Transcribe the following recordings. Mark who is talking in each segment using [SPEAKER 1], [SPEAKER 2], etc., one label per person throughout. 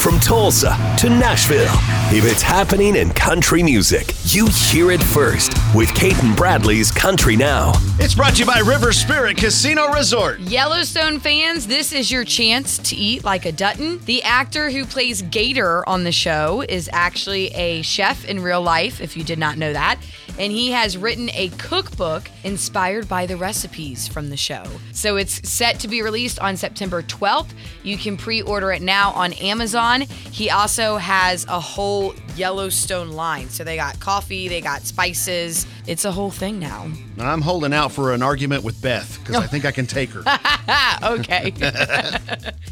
[SPEAKER 1] From Tulsa to Nashville, if it's happening in country music, you hear it first with Kaiten Bradley's Country Now.
[SPEAKER 2] It's brought to you by River Spirit Casino Resort.
[SPEAKER 3] Yellowstone fans, this is your chance to eat like a Dutton. The actor who plays Gator on the show is actually a chef in real life, if you did not know that. And he has written a cookbook inspired by the recipes from the show. So it's set to be released on September 12th. You can pre order it now on Amazon. He also has a whole Yellowstone line. So they got coffee, they got spices. It's a whole thing now.
[SPEAKER 2] I'm holding out for an argument with Beth because
[SPEAKER 3] Oh.
[SPEAKER 2] I think I can take her.
[SPEAKER 3] Ah, okay.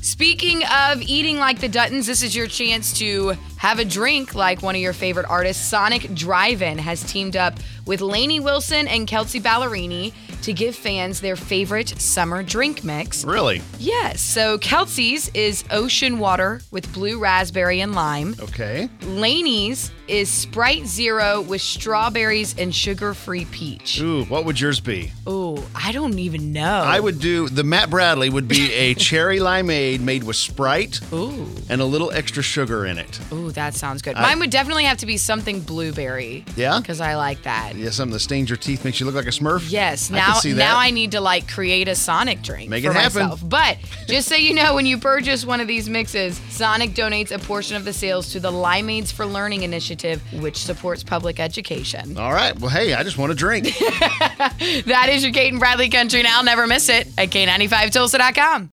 [SPEAKER 3] Speaking of eating like the Duttons, this is your chance to have a drink like one of your favorite artists. Sonic Drive-In has teamed up with Lainey Wilson and Kelsey Ballerini to give fans their favorite summer drink mix.
[SPEAKER 2] really?
[SPEAKER 3] Yes, so Kelsey's is ocean water with blue raspberry and lime.
[SPEAKER 2] Okay.
[SPEAKER 3] Laney's is Sprite Zero with strawberries and sugar-free peach.
[SPEAKER 2] Ooh, what would yours be?
[SPEAKER 3] Ooh, I don't even know.
[SPEAKER 2] I would do the Matt Bradley would be a cherry limeade made with Sprite
[SPEAKER 3] Ooh.
[SPEAKER 2] and a little extra sugar in it.
[SPEAKER 3] Ooh, that sounds good. Mine would definitely have to be something blueberry.
[SPEAKER 2] Yeah?
[SPEAKER 3] Because I like that.
[SPEAKER 2] Yeah, something that stains your teeth makes you look like a Smurf.
[SPEAKER 3] Yes.
[SPEAKER 2] I
[SPEAKER 3] Now
[SPEAKER 2] can see that.
[SPEAKER 3] now I need to like create a Sonic drink
[SPEAKER 2] Make
[SPEAKER 3] for
[SPEAKER 2] it happen.
[SPEAKER 3] myself. But just so you know, when you purchase one of these mixes, Sonic donates a portion of the sales to the Limeades for Learning initiative, which supports public education.
[SPEAKER 2] All right. Well, hey, I just want a drink.
[SPEAKER 3] That is your Kate and Bradley Country now. Never miss it at K95Tulsa.com.